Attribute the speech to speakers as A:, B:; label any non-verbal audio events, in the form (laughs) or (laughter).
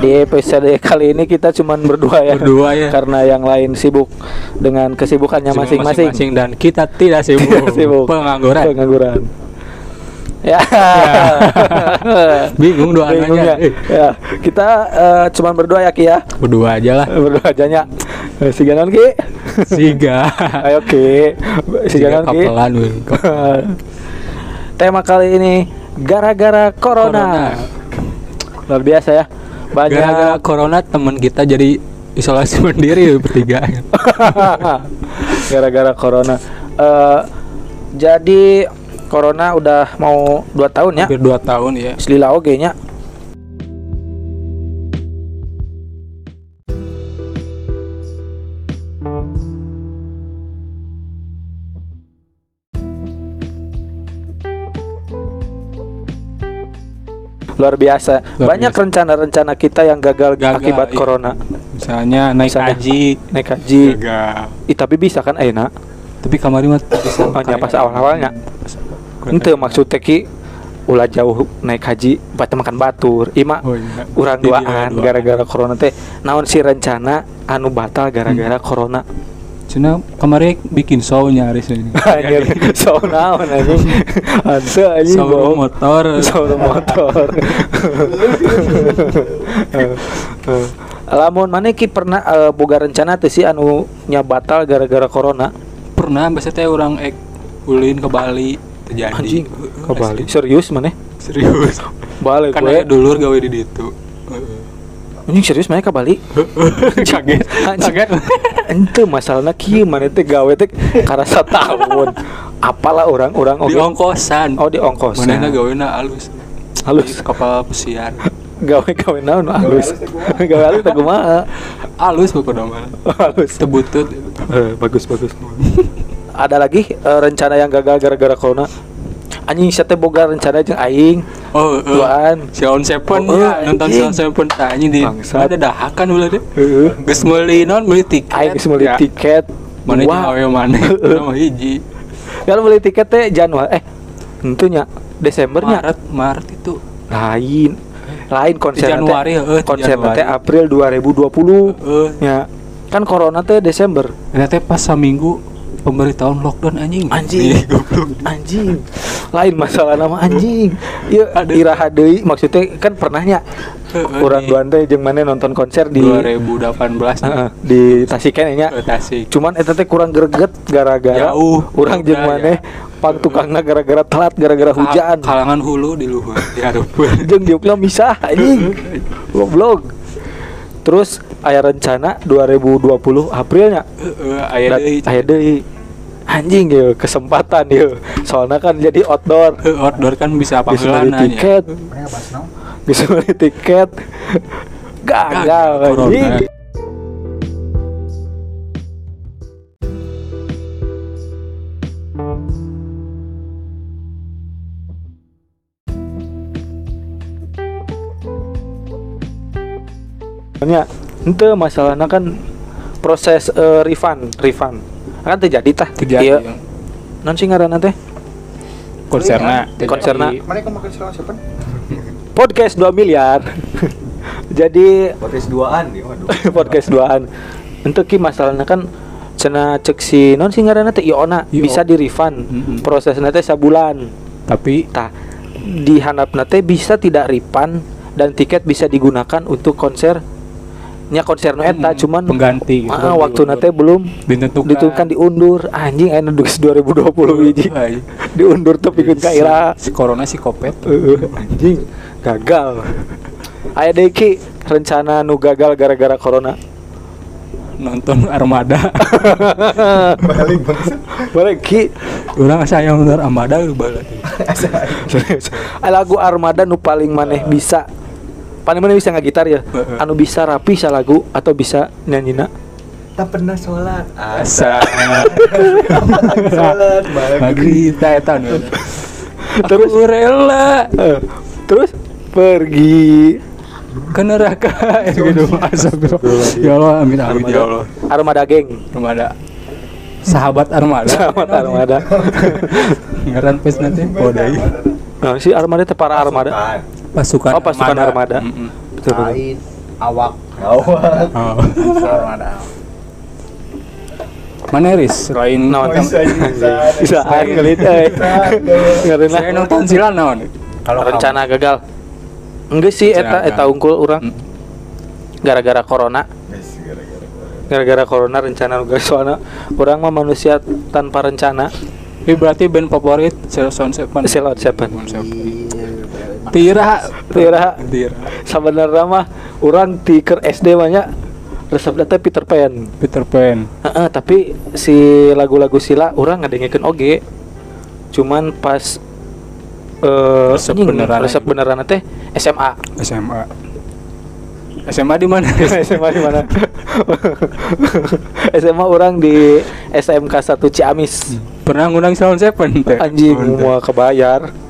A: Di episode kali ini kita cuman berdua ya.
B: Berdua ya.
A: Karena yang lain sibuk dengan kesibukannya
B: Sibuk
A: masing-masing.
B: dan kita tidak sibuk,
A: Sibuk.
B: pengangguran
A: Pengangguran.
B: (laughs)
A: Ya.
B: bingung
A: Bingung ya.
B: doanya
A: Ya, Kita eh, cuman berdua ya Ki ya.
B: berdua aja lah
A: Berdua aja nya. Eh, Si Ganon Ki. (laughs)
B: siga
A: Ayo Ki. Si
B: siga
A: Ganon Ki.
B: kapelan weh. Kap-
A: Tema kali ini gara-gara corona. Luar biasa ya. Banyak
B: gara-gara corona teman kita jadi isolasi (laughs) mandiri weh, bertiga ya.
A: (laughs) gara-gara corona. Eh, jadi corona udah mau 2 tahun ya.
B: hampir 2 tahun ya
A: Selila oge nya. Luar biasa.
B: Luar
A: Banyak
B: biasa.
A: rencana-rencana kita yang gagal,
B: Gagal,
A: akibat
B: iya.
A: corona.
B: misalnya naik
A: Misalnya.
B: haji
A: Naik
B: Iya.
A: haji.
B: gagal
A: Ih, tapi bisa kan enak.
B: tapi kemarin mah bisa
A: Oh, nya pas awal-awalnya. Ente maksud teki ulah jauh naik haji batu makan batur. Ima
B: Oh, iya.
A: urang
B: Jadi
A: duaan
B: duaan.
A: gara-gara corona teh naon sih rencana anu batal gara-gara corona.
B: Cina kemarin bikin show nyaris ini
A: (laughs) Anjir, so naon anjing. Ante anjing
B: show
A: bohong. (laughs)
B: motor
A: Saur
B: (laughs)
A: motor. Eh, eh. Lamun mana ki pernah eh, boga rencana teh sih anu nya batal gara-gara corona?
B: pernah biasanya teh orang ek ulin ke Bali terjadi
A: Anjing, ke
B: Asli.
A: Bali. Serius mana?
B: serius
A: Balik
B: kan
A: gue.
B: aya dulur gawe di ditu Heeh.
A: Anjing serius mana ke
B: (laughs)
A: Bali?
B: kaget kaget
A: Ente masalahnya kieu mana teh gawe teh karasa tahun. Apalah orang-orang
B: di
A: oge.
B: ongkosan
A: Oh di ongkos.
B: mana gawe na alus
A: Alus.
B: Di kapal pesiar
A: Gawe gawe naon nu halus. Gawe halus teh kumaha? Oh,
B: alus pokoknya mana
A: Halus.
B: tebutut
A: Eh, bagus bagus. Ada lagi eh, rencana yang gagal gara-gara corona. Anjing saya teh boga rencana jeung aing.
B: oh eh,
A: Tuan.
B: Sean Seven
A: Oh,
B: ya,
A: eh,
B: nonton
A: anjing.
B: Sean Seven tanya di
A: Bangsat.
B: ada dahakan ulah deh
A: Heeh.
B: Geus meuli non meuli tiket.
A: Aing geus meuli
B: Ya.
A: tiket.
B: Mana jeung
A: Wah,
B: awe
A: (laughs)
B: mana? Sama hiji.
A: Kalau beli tiket teh Januari eh tentunya Desembernya
B: Maret, Maret itu
A: lain lain konser teh.
B: Januari, heeh, di
A: konser
B: Januari.
A: teh April 2020
B: eh
A: ya kan corona teh Desember
B: Ternyata pas seminggu pemberitahuan lockdown anjing.
A: Anjing.
B: Ih,
A: (laughs)
B: goblok.
A: anjing lain masalah nama anjing ya
B: Aduh.
A: iraha deui maksudnya kan pernahnya
B: Heeh,
A: kurang
B: di-
A: duan teh jeung mana nonton konser di
B: 2018
A: Heeh, di Tasikeun nya
B: ke eh, Tasik.
A: cuman eta teh kurang greget gara-gara
B: Jauh.
A: urang jeung
B: Jauh,
A: maneh pang tukangna gara-gara telat gara-gara
B: Ka-
A: hujan
B: Kalangan hulu di luhur di Harupeun.
A: jeung diukna misah anjing goblok terus aya rencana 2020 Aprilnya
B: Heeh, aya
A: Dat-
B: deui.
A: aya deui. anjing ya kesempatan ya soalnya kan jadi outdoor
B: Heeh, Outdoor kan bisa apa
A: bisa beli tiket bisa beli tiket gagal anjing Soalnya ente masalahnya kan proses eh, refund refund kan terjadi tah Iya. non sih ngaranna teh
B: konserna
A: konserna
C: Mereka makan sekolah siapa?
A: podcast 2 miliar (laughs) jadi (laughs)
C: Podcast duaan ya, waduh.
A: podcast duaan untuk ki masalahnya kan cena cek si non sih ngaranna teh Iona
B: Io.
A: bisa di refund
B: Mm-mm.
A: prosesnya teh sabulan
B: tapi
A: tah dihanapna teh bisa tidak refund dan tiket bisa digunakan untuk konser nya konser nu eta
B: Hmm,
A: cuman
B: pengganti gitu.
A: ah, waktu nate belum
B: ditentukan
A: ditentukan diundur anjing ayeuna geus 2020 hiji
B: Hai.
A: diundur tuh pikeun ka ira
B: si corona si kopet
A: Heeh, (laughs) anjing gagal aya deui ki rencana nu gagal gara-gara (laughs) corona
B: nonton
A: (laughs)
B: armada
C: Balik bangsat.
A: Balik ki
B: orang saya nonton armada lu balat
A: Serius. lagu Armada nu paling maneh bisa paling maneh bisa ngagitar (laughs) ya
B: Heeh.
A: anu bisa rapi sa lagu atau bisa nyanyina (laughs)
C: Tak pernah sholat. Ah, Asa.
B: asa
C: Sholat
B: maghrib
A: ya,
B: eta eta nu.
A: Terus?
B: aku rela
A: Eh, terus pergi
B: ke neraka gitu asap ya Allah amin amin ya Allah
A: Armada geng
B: armada sahabat armada
A: selamat Armada
B: ngaran pes nanti oh dai.
A: (laughs) nah, si Armada teh para Armada
C: Bukan.
B: pasukan
A: Oh, pasukan armada.
B: Mm-mm.
A: Betul, betul.
C: Lain.
D: awak
C: Awal.
B: Oh.
D: Sarmada.
B: Mana Riz? Selain
A: Naon?
C: Bisa bisa.
A: bisa air ngelit eh. Ngerin lah.
B: Selain nonton silan naon?
D: Kalau kamu-
A: rencana gagal enggak sih eta
B: Rencana
A: eta
B: gagal.
A: unggul orang
B: Hmm.
A: gara-gara corona
C: Guys,
A: gara-gara
C: gara-gara.
A: corona rencana gagal soalnya orang mah manusia tanpa rencana
B: Ini berarti band favorit Zero Sound Seven.
A: Zero Sound Seven.
B: Sound Tira,
A: Tira.
B: Tira.
A: sebenarnya mah orang di keur SD banyak resep teh Peter Pan
B: Peter Pan.
A: Heeh, tapi si lagu-lagu sila orang ngadengekeun oge cuman pas eh
B: Resep
A: anjing,
B: beneran.
A: resep beneran teh SMA
B: SMA. SMA di
A: (laughs)
B: mana?
A: SMA di mana? SMA orang di SMK 1 Ciamis.
B: Pernah ngundang Sound Seven teh.
A: Anjing mau kebayar.